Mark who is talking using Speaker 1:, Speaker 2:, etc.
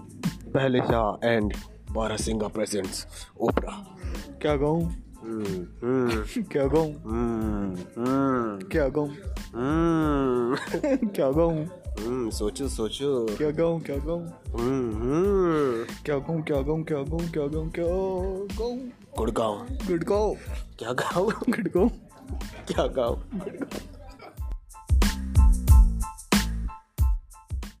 Speaker 1: पहले शाह एंड बारा सिंगा प्रेजेंट्स ओपरा हम्म,
Speaker 2: क्या गाऊं क्या गाऊं
Speaker 1: हम्म,
Speaker 2: क्या गाऊं क्या गाऊं
Speaker 1: हम्म, सोचो सोचो हम्म,
Speaker 2: क्या गाऊं क्या गाऊं क्या गाऊं क्या गाऊं क्या गाऊं क्या गाऊं क्या गाऊं
Speaker 1: गुड़गांव
Speaker 2: गुड़गाओ
Speaker 1: क्या गाँव
Speaker 2: गुड़गाओ
Speaker 1: क्या गाँव